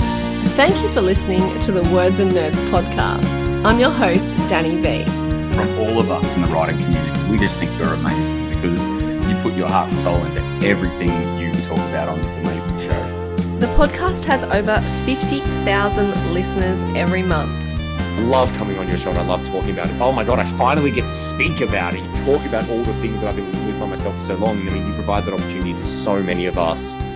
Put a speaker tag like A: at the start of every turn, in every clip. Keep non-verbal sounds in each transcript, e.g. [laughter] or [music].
A: Thank you for listening to the Words and Nerds podcast. I'm your host, Danny V.
B: From all of us in the writing community, we just think you're amazing because you put your heart and soul into everything you talk about on this amazing show.
A: The podcast has over 50,000 listeners every month.
C: I love coming on your show and I love talking about it. Oh my God, I finally get to speak about it. and Talk about all the things that I've been with by myself for so long. I mean, you provide that opportunity to so many of us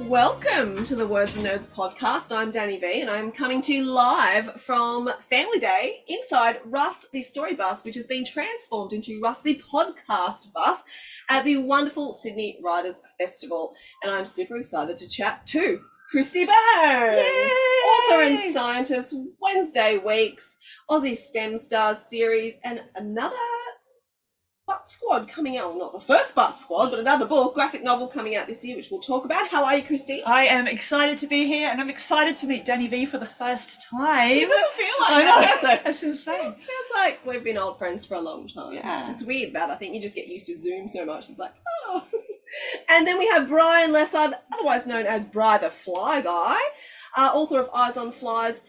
A: Welcome to the Words and Nerds podcast. I'm Danny V, and I'm coming to you live from Um, Family Day inside Russ the Story Bus, which has been transformed into Russ the Podcast Bus at the wonderful Sydney Writers Festival. And I'm super excited to chat to Christy Byrne, author and scientist, Wednesday Weeks. Aussie STEM Stars series, and another Butt Squad coming out. Well, not the first Butt Squad, but another book, graphic novel coming out this year, which we'll talk about. How are you, Christine?
D: I am excited to be here and I'm excited to meet Danny V for the first time.
A: It doesn't feel
D: I
A: like that,
D: know.
A: does it?
D: That's insane.
A: [laughs] It feels like we've been old friends for a long time.
D: Yeah.
A: It's weird that I think you just get used to Zoom so much. It's like, oh. [laughs] and then we have Brian Lessard, otherwise known as Bri the Fly Guy, uh, author of Eyes on Flies,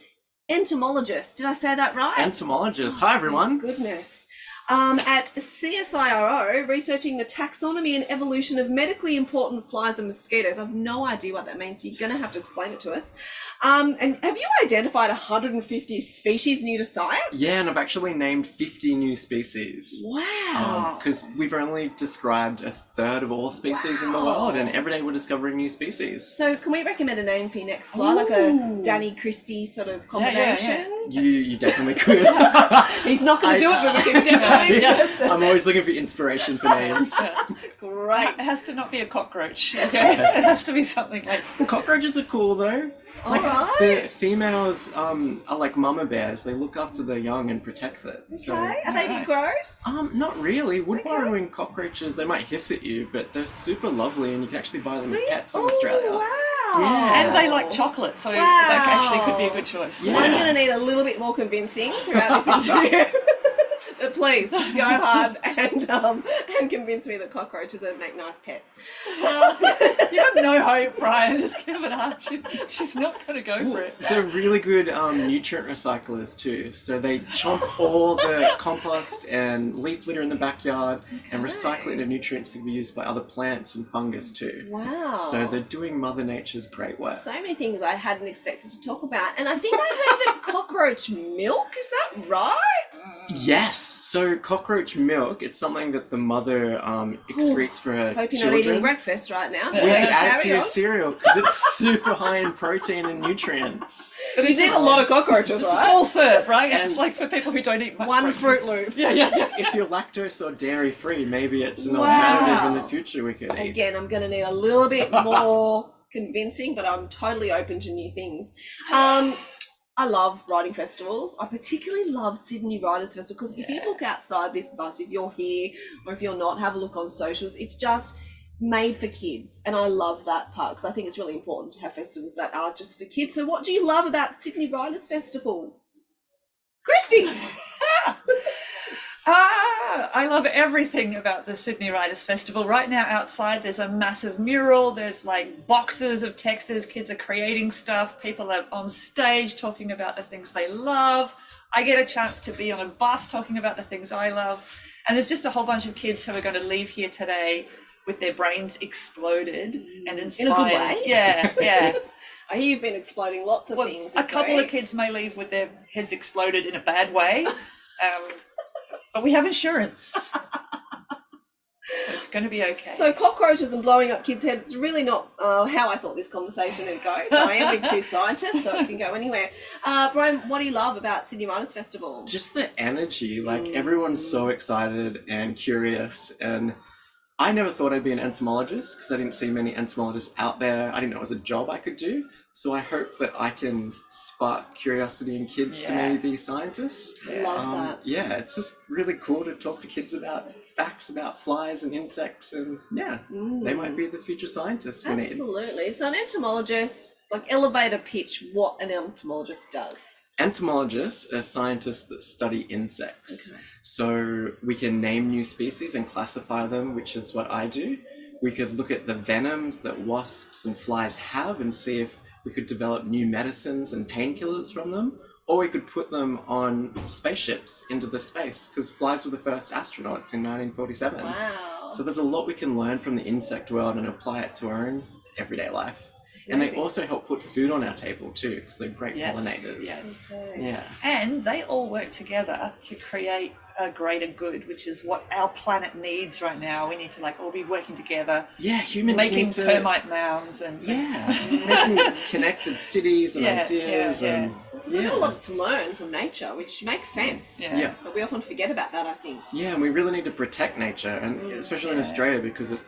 A: entomologist. Did I say that right? Oh,
E: entomologist. Hi, everyone.
A: Goodness. Um, at CSIRO, researching the taxonomy and evolution of medically important flies and mosquitoes. I've no idea what that means. You're going to have to explain it to us. Um, and have you identified 150 species new to science?
E: Yeah, and I've actually named 50 new species.
A: Wow.
E: Because we've only described a third of all species in the
A: Wow.
E: world, and every day we're discovering new species.
A: so, can we recommend a name for your next fly, like a
D: Ooh.
A: Danny Christie sort of
D: Yeah, yeah, yeah.
A: combination?
E: You, you
A: [laughs]
E: definitely could.
A: He's not going
E: I-
A: to do it, but [laughs]
E: [laughs]
A: we can definitely
D: Yeah.
A: suggest it.
E: I'm always looking for inspiration
A: [laughs]
E: for names.
A: Great.
D: It has to not be a cockroach, okay? it has to be something like
E: Cockroaches are cool though.
A: All
E: Like,
A: right.
E: The females um, are like mama bears. They look after their young and protect it. So,
A: okay. Are they a bit
D: Alright.
A: gross?
E: um, not really. Wood borrowing cockroaches, they might hiss at you, but they're super lovely, and you can actually buy them as pets in
A: oh,
E: Australia.
A: Wow.
E: Yeah.
D: And they like chocolate, so
A: Wow.
D: that actually could be a good choice.
E: Yeah.
A: I'm going to need a little bit more convincing throughout this [laughs] interview. but please go hard and um, and convince me that cockroaches don't make nice [laughs] pets. Um, [laughs]
D: You have no hope, Brian. Just give it up. She, she's not going to go for it.
E: They're really good um, nutrient recyclers too. So they chomp all the compost and leaf litter in the backyard and recycle it into nutrients that can be used by other plants and fungus too.
A: wow.
E: So they're doing Mother Nature's great work.
A: so many things I hadn't expected to talk about, and I think I heard
E: [laughs]
A: that cockroach milk is that right?
E: yes. So cockroach milk, it's something that the mother um, excretes for her
A: Oh, Hope you're not eating
E: children.
A: breakfast right now.
E: we
D: Yeah,
E: can add it to
A: Carry
E: your
A: on.
E: [laughs] cereal because it's super high in protein and nutrients.
D: But
A: You did a lot of cockroaches,
D: It's a
A: right?
D: small serve, right? It's
E: And-
D: like for people who don't eat much.
A: One
D: breakfast.
A: Fruit Loop.
D: [laughs] Yeah, yeah, yeah.
E: If you're lactose or dairy free, maybe it's an
A: Wow.
E: alternative in the future we could eat.
A: Again, I'm going to need a little
D: [laughs]
A: bit more convincing, but I'm totally open to new things. Um, I love writing festivals. I particularly love Sydney Writers Festival because if you look outside this bus, if you're here or if you're not, have a look on socials. It's just made for kids, and I love that part because I think it's really important to have festivals that are just for kids. So, what do you love about Sydney Writers Festival? Christy,
D: Ah, I love everything about the Sydney Writers Festival. Right now, outside, there's a massive mural. There's like boxes of textures. Kids are creating stuff. People are on stage talking about the things they love. I get a chance to be on a bus talking about the things I love. And there's just a whole bunch of kids who are going to leave here today with their brains exploded and
A: In a
D: inspired.
A: good way.
D: Yeah, yeah.
A: I hear you've been exploding lots of
D: Well,
A: things.
D: a
A: this
D: couple
A: week.
D: of kids may leave with their heads exploded in a bad
A: [laughs]
D: way, um, but we have insurance, so it's going to be okay.
A: So cockroaches and blowing up kids' heads is really not uh, how I thought this conversation would go. I am with two scientists, so it can go anywhere. Uh, Brian, what do you love about Sydney Writers Festival? Mm.
E: just the energy like everyone's so excited and curious and I never thought I'd be an entomologist because I didn't see many entomologists out there. I didn't know it was a job I could do. So I hope that I can spark curiosity in kids to
D: Yeah.
E: maybe be scientists.
A: Love
E: Um,
A: that.
E: yeah, it's just really cool to talk to kids about facts about flies and insects, and yeah, they
A: Mm.
E: might be the future scientists we need.
A: Absolutely. So an entomologist, like elevator pitch, what an entomologist does.
E: Entomologists are scientists that study insects. So we can name new species and classify them, which is what I do. We could look at the venoms that wasps and flies have and see if we could develop new medicines and painkillers from them. Or we could put them on spaceships into the space because flies were the first astronauts in 1947.
A: Wow.
E: Um, So there's a lot we can learn from the insect world and apply it to our own everyday life.
A: That's
E: And they
A: amazing.
E: also help put food on our table too because they're great
D: Yes,
E: pollinators.
D: yes.
A: Okay.
E: Yeah.
D: And they all work together to create a greater good, which is what our planet needs right now. We need to like all be working together,
E: Yeah, humans
D: making
E: need to,
D: termite mounds and
E: Yeah,
D: [laughs]
E: making connected cities and
D: Yeah, yeah,
E: ideas
D: yeah.
E: and
A: Because we've got a lot to learn from nature, which makes sense.
D: Yeah.
E: yeah. yeah,
A: But we often forget about that, I think.
E: and we really need to protect nature, and
A: Mm,
E: especially in
D: yeah.
E: Australia because it,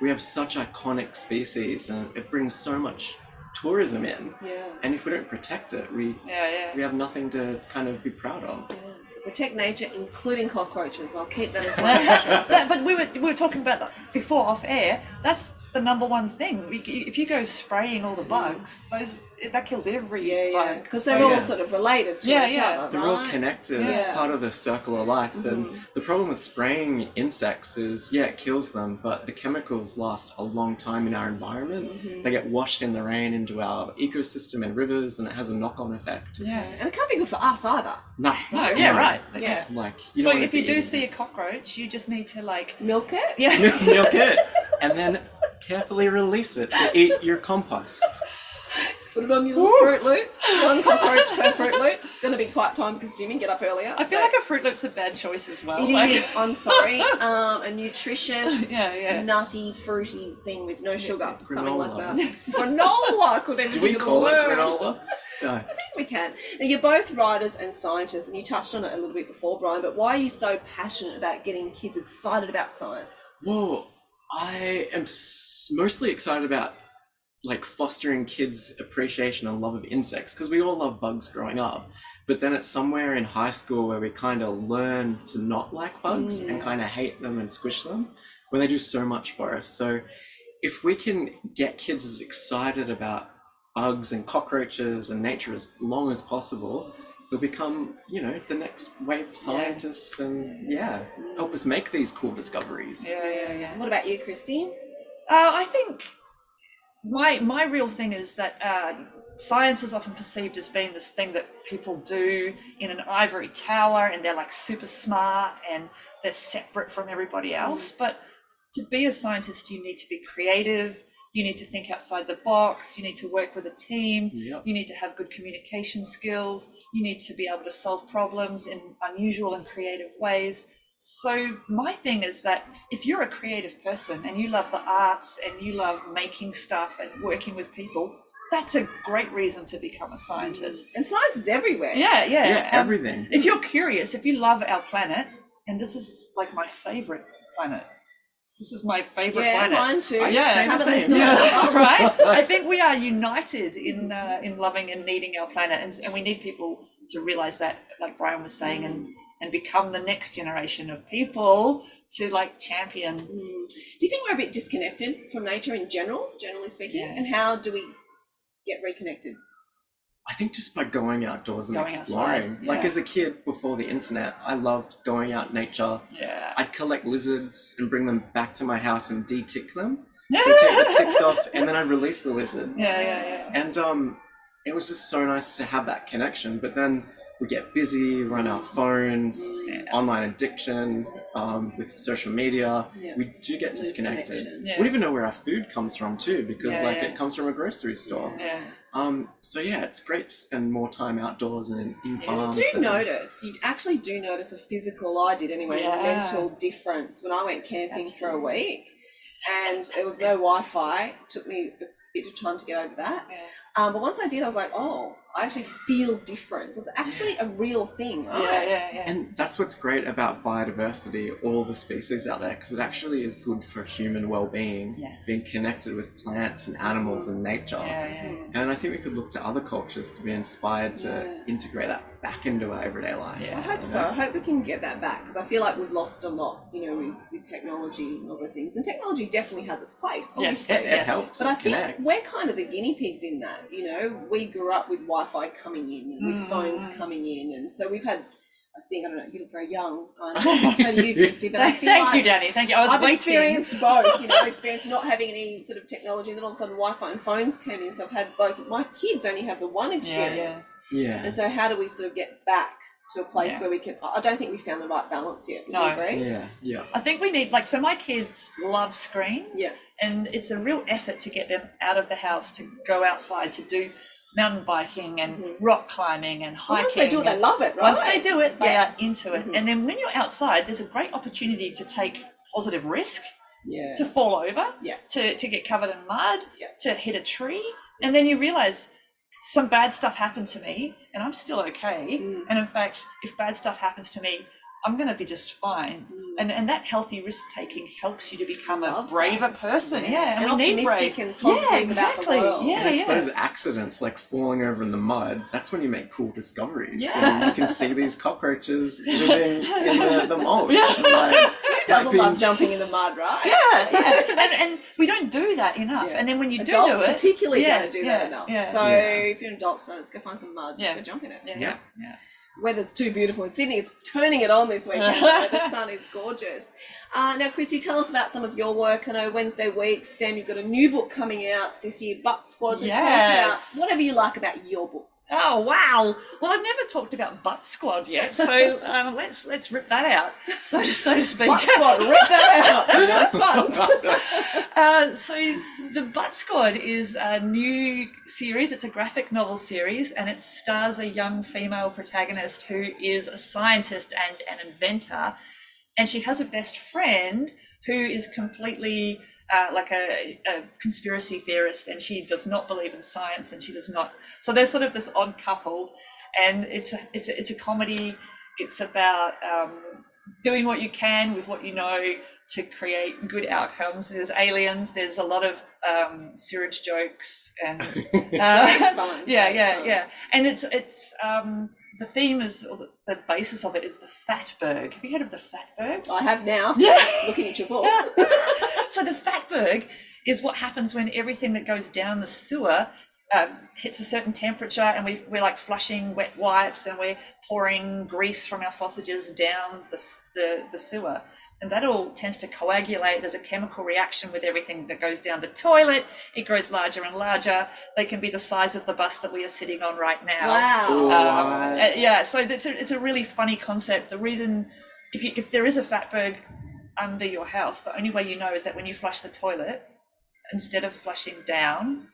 E: we have such iconic species and it brings so much tourism in.
A: Yeah.
E: And if we don't protect it, we
D: yeah, yeah.
E: we have nothing to kind of be proud of.
A: yeah. So protect nature, including cockroaches. I'll keep that as well.
D: that, but we were we were talking about that before off air. That's the number one thing. We- If you go spraying all the bugs, those that kills every
A: yeah, yeah.
D: bug.
A: Because
D: So-
A: they're all
E: yeah.
A: sort of related to
D: oh, Yeah,
A: each
D: yeah.
A: other.
E: They're all
A: right?
E: connected. It's
A: Yeah.
E: part of the circle of life.
D: Mm-hmm.
E: And the problem with spraying insects is, yeah, it kills them, but the chemicals last a long time in our environment.
D: Mm-hmm.
E: They get washed in the rain into our ecosystem and rivers, and it has a knock-on effect.
D: yeah.
A: And it can't be good for us either.
E: No,
D: No, yeah,
E: no.
D: right.
A: Yeah.
E: Like you
D: so
E: don't wanna
D: if you
E: be
D: do
E: eating [laughs]
D: see a cockroach, you just need to like [laughs]
A: Milk it.
D: yeah.
E: it. milk it, and then carefully release it to eat your compost.
D: [laughs]
A: Put it on your little Fruit Loop. One cockroach per Fruit Loop. It's going to be quite time consuming. Get up earlier.
D: I feel like a Fruit Loop's a bad choice as well.
A: It
D: like, [laughs]
A: is, I'm sorry. Um, a nutritious,
D: Yeah, yeah.
A: nutty, fruity thing with no sugar, something like
E: granola.
A: that. granola could even
E: Do
A: be
E: we
A: the
E: call it
A: word.
E: granola? No.
A: I think we can. Now, you're both writers and scientists, and you touched on it a little bit before, Brian. But why are you so passionate about getting kids excited about science?
E: Well, I am s- mostly excited about like fostering kids' appreciation and love of insects because we all love bugs growing up. But then it's somewhere in high school where we kind of learn to not like bugs and kind of hate them and squish them when they do so much for us. So if we can get kids as excited about bugs and cockroaches and nature as long as possible, they'll become, you know, the next wave of scientists and yeah, help us make these cool discoveries.
D: yeah, yeah, yeah.
A: What about you, Christine?
D: Uh, I think my my real thing is that uh, science is often perceived as being this thing that people do in an ivory tower, and they're like super smart and they're separate from everybody else. But to be a scientist, you need to be creative. You need to think outside the box. You need to work with a team.
E: Yep.
D: You need to have good communication skills. You need to be able to solve problems in unusual and creative ways. So, my thing is that if you're a creative person and you love the arts and you love making stuff and working with people, that's a great reason to become a scientist.
A: And science is everywhere.
D: Yeah, yeah.
E: Yeah,
D: Um,
E: everything.
D: if you're curious, if you love our planet, and this is like my favorite planet, this is my favorite
A: Yeah,
D: planet.
A: mine too.
E: I
D: Yeah.
E: yeah, say the
A: Haven't [laughs]
E: same.
A: lived on
E: Yeah.
A: that
D: Yeah, [laughs] right. I think we are united in uh, in loving and needing our planet, and, and we need people to realize that, like Brian was saying, and and become the next generation of people to like champion.
A: Mm. Do you think we're a bit disconnected from nature in general, generally speaking?
D: Yeah.
A: And how do we get reconnected?
E: I think just by going outdoors and
D: Going outside,
E: exploring. Like
D: yeah.
E: as a kid before the internet, I loved going out in nature.
D: [laughs] Yeah.
E: I'd collect lizards and bring them back to my house and de-tick them. So I'd take
D: [laughs]
E: the ticks off and then I'd release the lizards.
D: Yeah, yeah, yeah.
E: And um, it was just so nice to have that connection. But then we get busy, we're on our phones,
D: Yeah.
E: online addiction, um, with social media.
A: Yeah.
E: We do get
A: Lose
E: disconnected.
A: connection.
D: Yeah.
E: We don't even know where our food comes from too, because
D: Yeah,
E: like
D: yeah.
E: it comes from a grocery store.
D: Yeah.
E: Um, so yeah, it's great to spend more time outdoors and in, in
A: And
E: farms.
A: you do
E: and-
A: notice, you actually do notice a physical, I did anyway,
D: Yeah.
A: mental difference when I went camping for a week and there was no Wi Fi. Took me a bit of time to get over that.
D: Yeah.
A: Um, but once I did, I was like, oh, I actually feel different. So it's actually a real thing, right?
D: Yeah, yeah, yeah.
E: And that's what's great about biodiversity, all the species out there, because it actually is good for human well being,
D: Yes.
E: being connected with plants and animals and nature.
D: yeah, yeah, yeah.
E: And I think we could look to other cultures to be inspired to
A: Yeah.
E: integrate that back into our everyday life.
A: I
D: Yeah.
A: hope so. I hope we can get that back because I feel like we've lost a lot, you know, with, with technology and other things. And technology definitely has its place,
D: Yes.
A: obviously.
E: It, it
D: Yes.
E: helps
A: But I
E: us
A: think
E: connect.
A: we're kind of the guinea pigs in that, you know. We grew up with Wi-Fi coming in and with
D: Mm.
A: phones coming in, and so we've had. I think I don't know. You look very young.
D: [laughs]
A: I so do you, Christy, but I feel
D: Thank
A: like
D: you, Danny. Thank you. I was
A: I've
D: waiting.
A: experienced both.
D: [laughs]
A: You know, I've experienced not having any sort of technology, and then all of a sudden Wi-Fi and phones came in. So I've had both. My kids only have the one
D: yeah.
A: experience.
E: yeah.
A: And so, how do we sort of get back to a place
D: Yeah.
A: where we can? I I don't think we found the right balance yet. Would you
D: No.
A: agree?
E: Yeah. Yeah.
D: I think we need like so my kids love screens.
A: Yeah.
D: And it's a real effort to get them out of the house to go outside to do mountain biking and
A: Mhm.
D: rock climbing and hiking.
A: Once they do it,
D: and-
A: they love it, right?
D: Once they do it, they
A: Yeah.
D: are into it.
A: Mhm.
D: And then when you're outside, there's a great opportunity to take positive risk,
A: yeah.
D: to fall over,
A: Yeah.
D: to, to get covered in mud,
A: Yeah.
D: to hit a tree. And then you realize some bad stuff happened to me and I'm still okay.
A: Mm.
D: And in fact, if bad stuff happens to me, I'm going to be just fine.
A: Mm.
D: And, and that healthy risk taking helps you to become a
A: Love that.
D: braver person. Yeah,
A: And
D: we need
A: optimistic
D: brave-
A: and positive
D: yeah,
A: about the
D: exactly.
A: world.
D: Yeah,
E: and it's
D: yeah.
E: those accidents like falling over in the mud. That's when you make cool discoveries.
D: Yeah.
E: And you can see these cockroaches living in the, the mulch.
D: Yeah.
E: Like,
A: doesn't
E: jumping-
A: love jumping in the mud, right?
D: yeah, yeah. And, and we don't do that enough.
A: Yeah.
D: And then when you
A: Adults
D: do do it,
A: particularly
D: yeah,
A: don't do
D: yeah,
A: that enough.
D: yeah.
A: So
E: Yeah.
A: if you're an adult, so let's go find some mud. Let's
D: Yeah.
A: go jump in it.
D: yeah,
E: Yeah.
D: yeah.
A: Weather's too beautiful in Sydney. It's turning it on this weekend. though.
D: [laughs]
A: the sun is gorgeous. Uh, now, Christy, tell us about some of your work. I know Wednesday week, Stam, you've got a new book coming out this year, Butt Squad. So tell us
D: Yes.
A: about whatever you like about your books.
D: Oh wow! Well, I've never talked about butt squad yet, so um, let's let's rip that out, so so to speak.
A: Butt Squad, rip that out.
D: [laughs]
A: Nice buttons.
D: Uh, so the Butt Squad is a new series. It's a graphic novel series, and it stars a young female protagonist who is a scientist and an inventor, and she has a best friend who is completely uh, like a, a conspiracy theorist, and she does not believe in science, and she does not. So they're sort of this odd couple, and it's a, it's a, it's a comedy. It's about um, doing what you can with what you know to create good outcomes. There's aliens. There's a lot of um, sewage jokes and uh,
A: Fun,
D: [laughs] yeah,
A: very
D: yeah,
A: fun.
D: yeah. And it's it's um, the theme is or the, the basis of it is the Fatberg. Have you heard of the
A: [laughs]
D: Fatberg?
A: I have now.
D: Yeah.
A: Looking at your book.
D: so the Fatberg is what happens when everything that goes down the sewer um, hits a certain temperature, and we we're like flushing wet wipes, and we're pouring grease from our sausages down the s- the, the sewer. And that all tends to coagulate. There's a chemical reaction with everything that goes down the toilet. It grows larger and larger. They can be the size of the bus that we are sitting on right now.
A: Wow.
D: Um,
E: Ooh.
D: uh,
E: Right.
D: yeah, so it's a, it's a really funny concept. The reason, if you, if there is a fatberg under your house, the only way you know is that when you flush the toilet, instead of flushing down,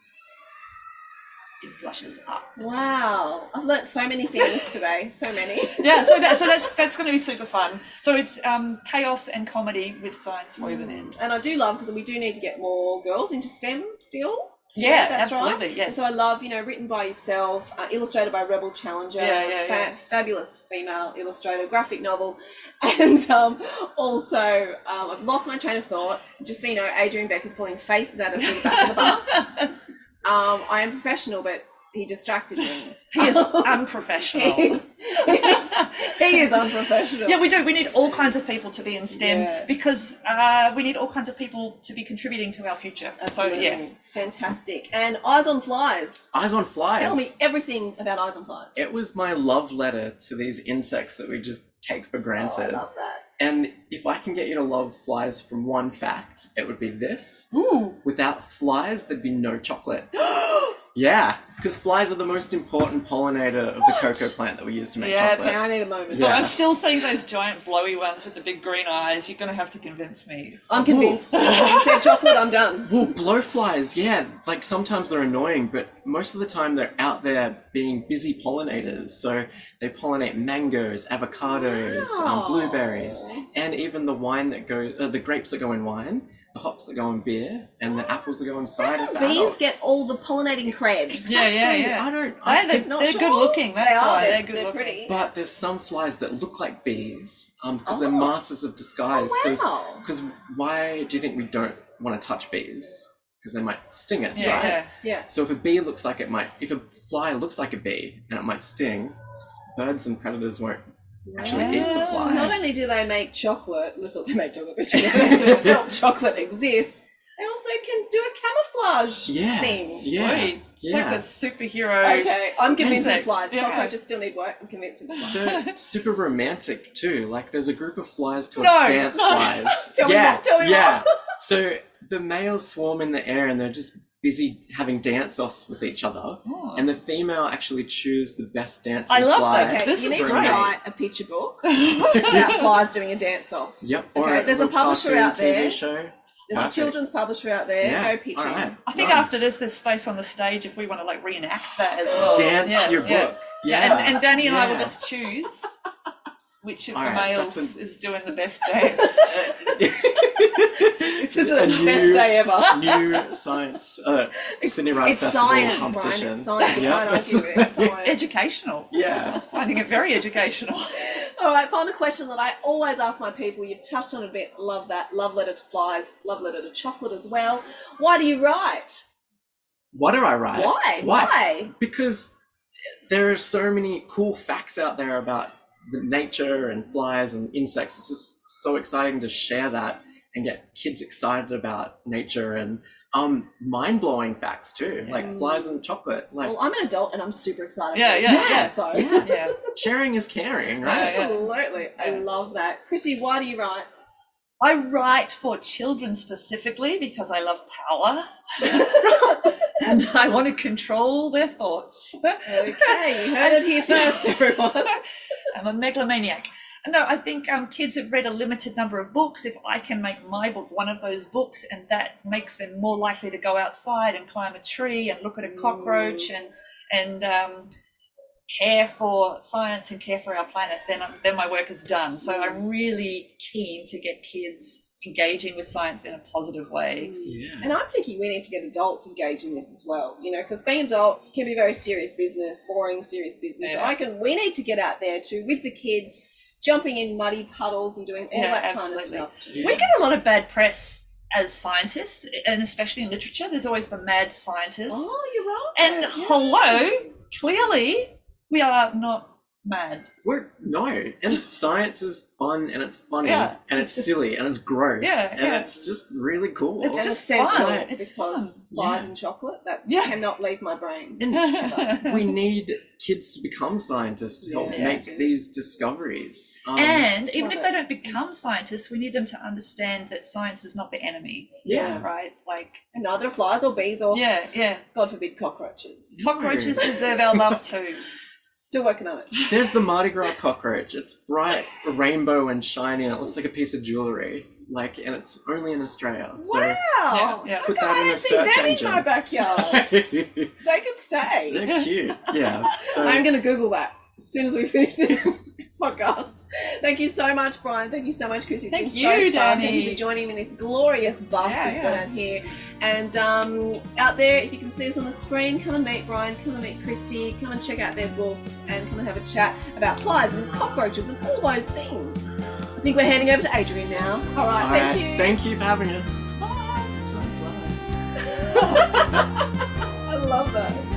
D: it flushes up.
A: Wow. I've learnt so many things today. So many.
D: Yeah, so that, so that's that's going to be super fun. So it's um, chaos and comedy with science woven in.
A: And I do love because we do need to get more girls into STEM still.
D: Yeah,
A: that's right.
D: absolutely. Yes.
A: So I love, you know, written by yourself, uh, illustrated by Rebel Challenger,
D: Yeah, yeah,
A: fa-
D: yeah.
A: fabulous female illustrator, graphic novel, [laughs] and um, also um, I've lost my train of thought. Just so you know, Adrian Beck is pulling faces at us in the back of the bus.
D: [laughs]
A: Um, I am professional, but he distracted me. Oh.
D: he [laughs]
A: [laughs]
D: is
A: he,
D: unprofessional.
A: is, he is- he is unprofessional.
D: [laughs] Yeah, we do. We need all kinds of people to be in STEM
A: Yeah.
D: because uh, we need all kinds of people to be contributing to our future. So yeah,
A: fantastic. And Eyes on Flies.
E: [laughs] Eyes on flies.
A: Tell me everything about Eyes on Flies.
E: It was my love letter to these insects that we just take for
A: Oh, I
E: granted.
A: love that.
E: and if I can get you to love flies from one fact, it would be this.
D: Ooh.
E: Without flies, there'd be no chocolate.
A: [gasps]
E: yeah, because flies are the most important pollinator of the cocoa plant that we use to make
D: Yeah,
E: chocolate.
A: Okay, I need a moment.
E: Yeah.
D: I'm still seeing those giant blowy ones with the big green eyes. You're going to have to convince me.
A: I'm convinced. you said chocolate, I'm done.
E: Well, blowflies, yeah, like sometimes they're annoying, but most of the time they're out there being busy pollinators. So they pollinate mangoes, avocados,
A: Wow.
E: um, blueberries, and even the wine that go, uh, the grapes that go in wine. the hops that go on beer and the apples that go on cider. for
A: Bees
E: adults.
A: get all the pollinating cred.
D: Yeah, yeah,
E: Hey,
D: yeah.
E: I don't. I
D: They're, the-
E: think not
D: they're
E: sure.
D: good looking. That's
A: they are.
D: why
A: They're,
D: they're, good
A: they're
D: looking.
A: pretty.
E: But there's some flies that look like bees um, because they're
A: Oh.
E: masters of disguise.
A: Oh,
E: Because
A: wow.
E: why do you think we don't want to touch bees? Because they might sting us,
D: Yeah.
E: right?
A: Yes. Yeah.
E: So if a bee looks like it might, if a fly looks like a bee and it might sting, birds and predators won't actually eat the
D: Yeah.
A: So not
E: fly.
A: only do they make chocolate, let's not say make chocolate,
D: [laughs]
A: but they help chocolate exist. They also can do a camouflage
E: Yeah.
A: thing.
E: Yeah.
D: Sweet. It's
E: Yeah.
D: like a superhero.
A: Okay, I'm convinced with
D: Insects,
A: flies.
D: yeah.
A: Cockroaches still need work. I'm convinced with flies. [laughs]
E: They're super romantic too. Like there's a group of flies called
D: No,
E: dance
D: no.
E: flies.
A: [laughs] Tell me
E: yeah,
A: more, [laughs] tell me
E: yeah. so the males swarm in the air and they're just busy having dance offs with each other.
D: Oh.
E: And the female actually choose the best dance.
D: I love
E: fly.
D: that.
A: Okay,
D: This
A: you
D: is
A: need to
E: great. [laughs]
A: write a picture
D: [laughs]
A: book about flies doing a dance off.
E: Yep.
A: Okay, there's a
E: little
A: publisher
E: cartoon
A: out there.
E: TV show.
A: There's
E: Perfect.
A: a children's publisher out there.
E: Yeah.
A: Go pitching.
E: All right.
D: [laughs] I think
E: Done.
D: after this, there's space on the stage if we want to like reenact that as
A: Oh,
D: well.
E: dance
D: Yeah,
E: your
D: yeah.
E: book.
D: Yeah,
E: Yeah.
D: and, and Danny and I will
E: Yeah.
D: just choose which of
E: All
D: the
E: right,
D: males
E: that's a-
D: is doing the best dance.
A: [laughs] This is the
E: new-
A: best day ever.
E: New science. Uh, Sydney Writers
A: It's
E: Festival
A: science, Brian.
E: competition.
A: It's science. You
E: Yeah,
A: can't argue with it.
E: [laughs]
A: It's science.
D: educational.
E: Yeah.
D: Finding it very educational.
A: All right, final question that I always ask my people. You've touched on it a bit. Love that. Love letter to flies. Love letter to chocolate as well. Why do you write?
E: Why do I write?
A: Why?
E: Why?
A: Why?
E: Because there are so many cool facts out there about the nature and flies and insects. It's just so exciting to share that and get kids excited about nature and um, mind blowing facts too, like flies and chocolate. Like
A: Mm. Well, I'm an adult and I'm super excited.
D: Yeah,
A: about it.
D: yeah, yeah.
A: So
E: Yeah.
D: yeah.
E: [laughs] sharing is caring, right?
D: Yeah, yeah.
A: absolutely, I
D: Yeah.
A: love that. Chrissy, why do you
E: [laughs]
A: write?
D: I write for children specifically because I love power. and I want to control their thoughts.
A: Okay, you heard it here first, everyone.
D: I'm a megalomaniac. No, I think um, kids have read a limited number of books. If I can make my book one of those books, and that makes them more likely to go outside and climb a tree and look at a cockroach and and um, care for science and care for our planet, then I'm, then my work is done. So I'm really keen to get kids engaging with science in a positive way.
E: Yeah.
A: And I'm thinking we need to get adults engaged in this as well, you know, because being adult can be very serious business, boring, serious business.
D: Yeah.
A: I can, we need to get out there too with the kids, jumping in muddy puddles and doing all
D: Yeah,
A: that
D: absolutely.
A: kind of stuff.
D: We get a lot of bad press as scientists, and especially in literature. There's always the mad scientist.
A: Oh, you're right.
D: And
A: Yeah.
D: hello, clearly we are not mad.
A: [laughs]
E: We're no, and science is fun and it's funny
D: Yeah.
E: and it's silly and it's gross
D: Yeah,
E: and
D: yeah.
E: it's just really cool.
A: It's
D: It's
A: just
D: just
A: essential
D: fun. It's
A: because
D: fun.
A: flies
E: Yeah.
A: and chocolate that
D: Yeah.
A: cannot leave my brain.
D: [laughs]
A: [laughs]
E: And we need kids to become scientists to help
A: Yeah.
E: make these discoveries. Um,
D: and even if
A: love
D: they
A: it.
D: don't become scientists, we need them to understand that science is not the enemy,
E: yeah,
D: right? Like,
A: And neither are flies or bees or,
D: yeah, yeah.
A: God forbid, cockroaches.
D: Cockroaches deserve our love too.
A: Still working on it.
E: there's the Mardi Gras cockroach. It's bright, rainbow, and shiny, and it looks like a piece of jewelry. Like, and it's only in Australia. So
A: Wow.
D: Yeah, yeah.
A: Look,
E: Put that
A: I
E: in
A: don't
E: a
A: see that
E: search
A: in my
E: engine. [laughs]
A: backyard.
E: they're
A: they could stay.
E: cute. Yeah. So
A: I'm going to Google that as soon as we finish this [laughs] podcast. Thank you so much, Brian. Thank you so much, Chrissy. It's
D: Thank
A: been
D: you,
A: so fun.
D: Danny.
A: Thank you for joining me in this glorious bus
D: Yeah,
A: we've
D: yeah.
A: got out here. And um, out there, if you can see us on the screen, come and meet Brian, come and meet Christy, come and check out their books, and come and have a chat about flies and cockroaches and all those things. I think we're handing over to Adrian now. All right,
E: All
A: thank
E: right,
A: you.
E: Thank you for having us.
D: [laughs]
A: Bye. I love that.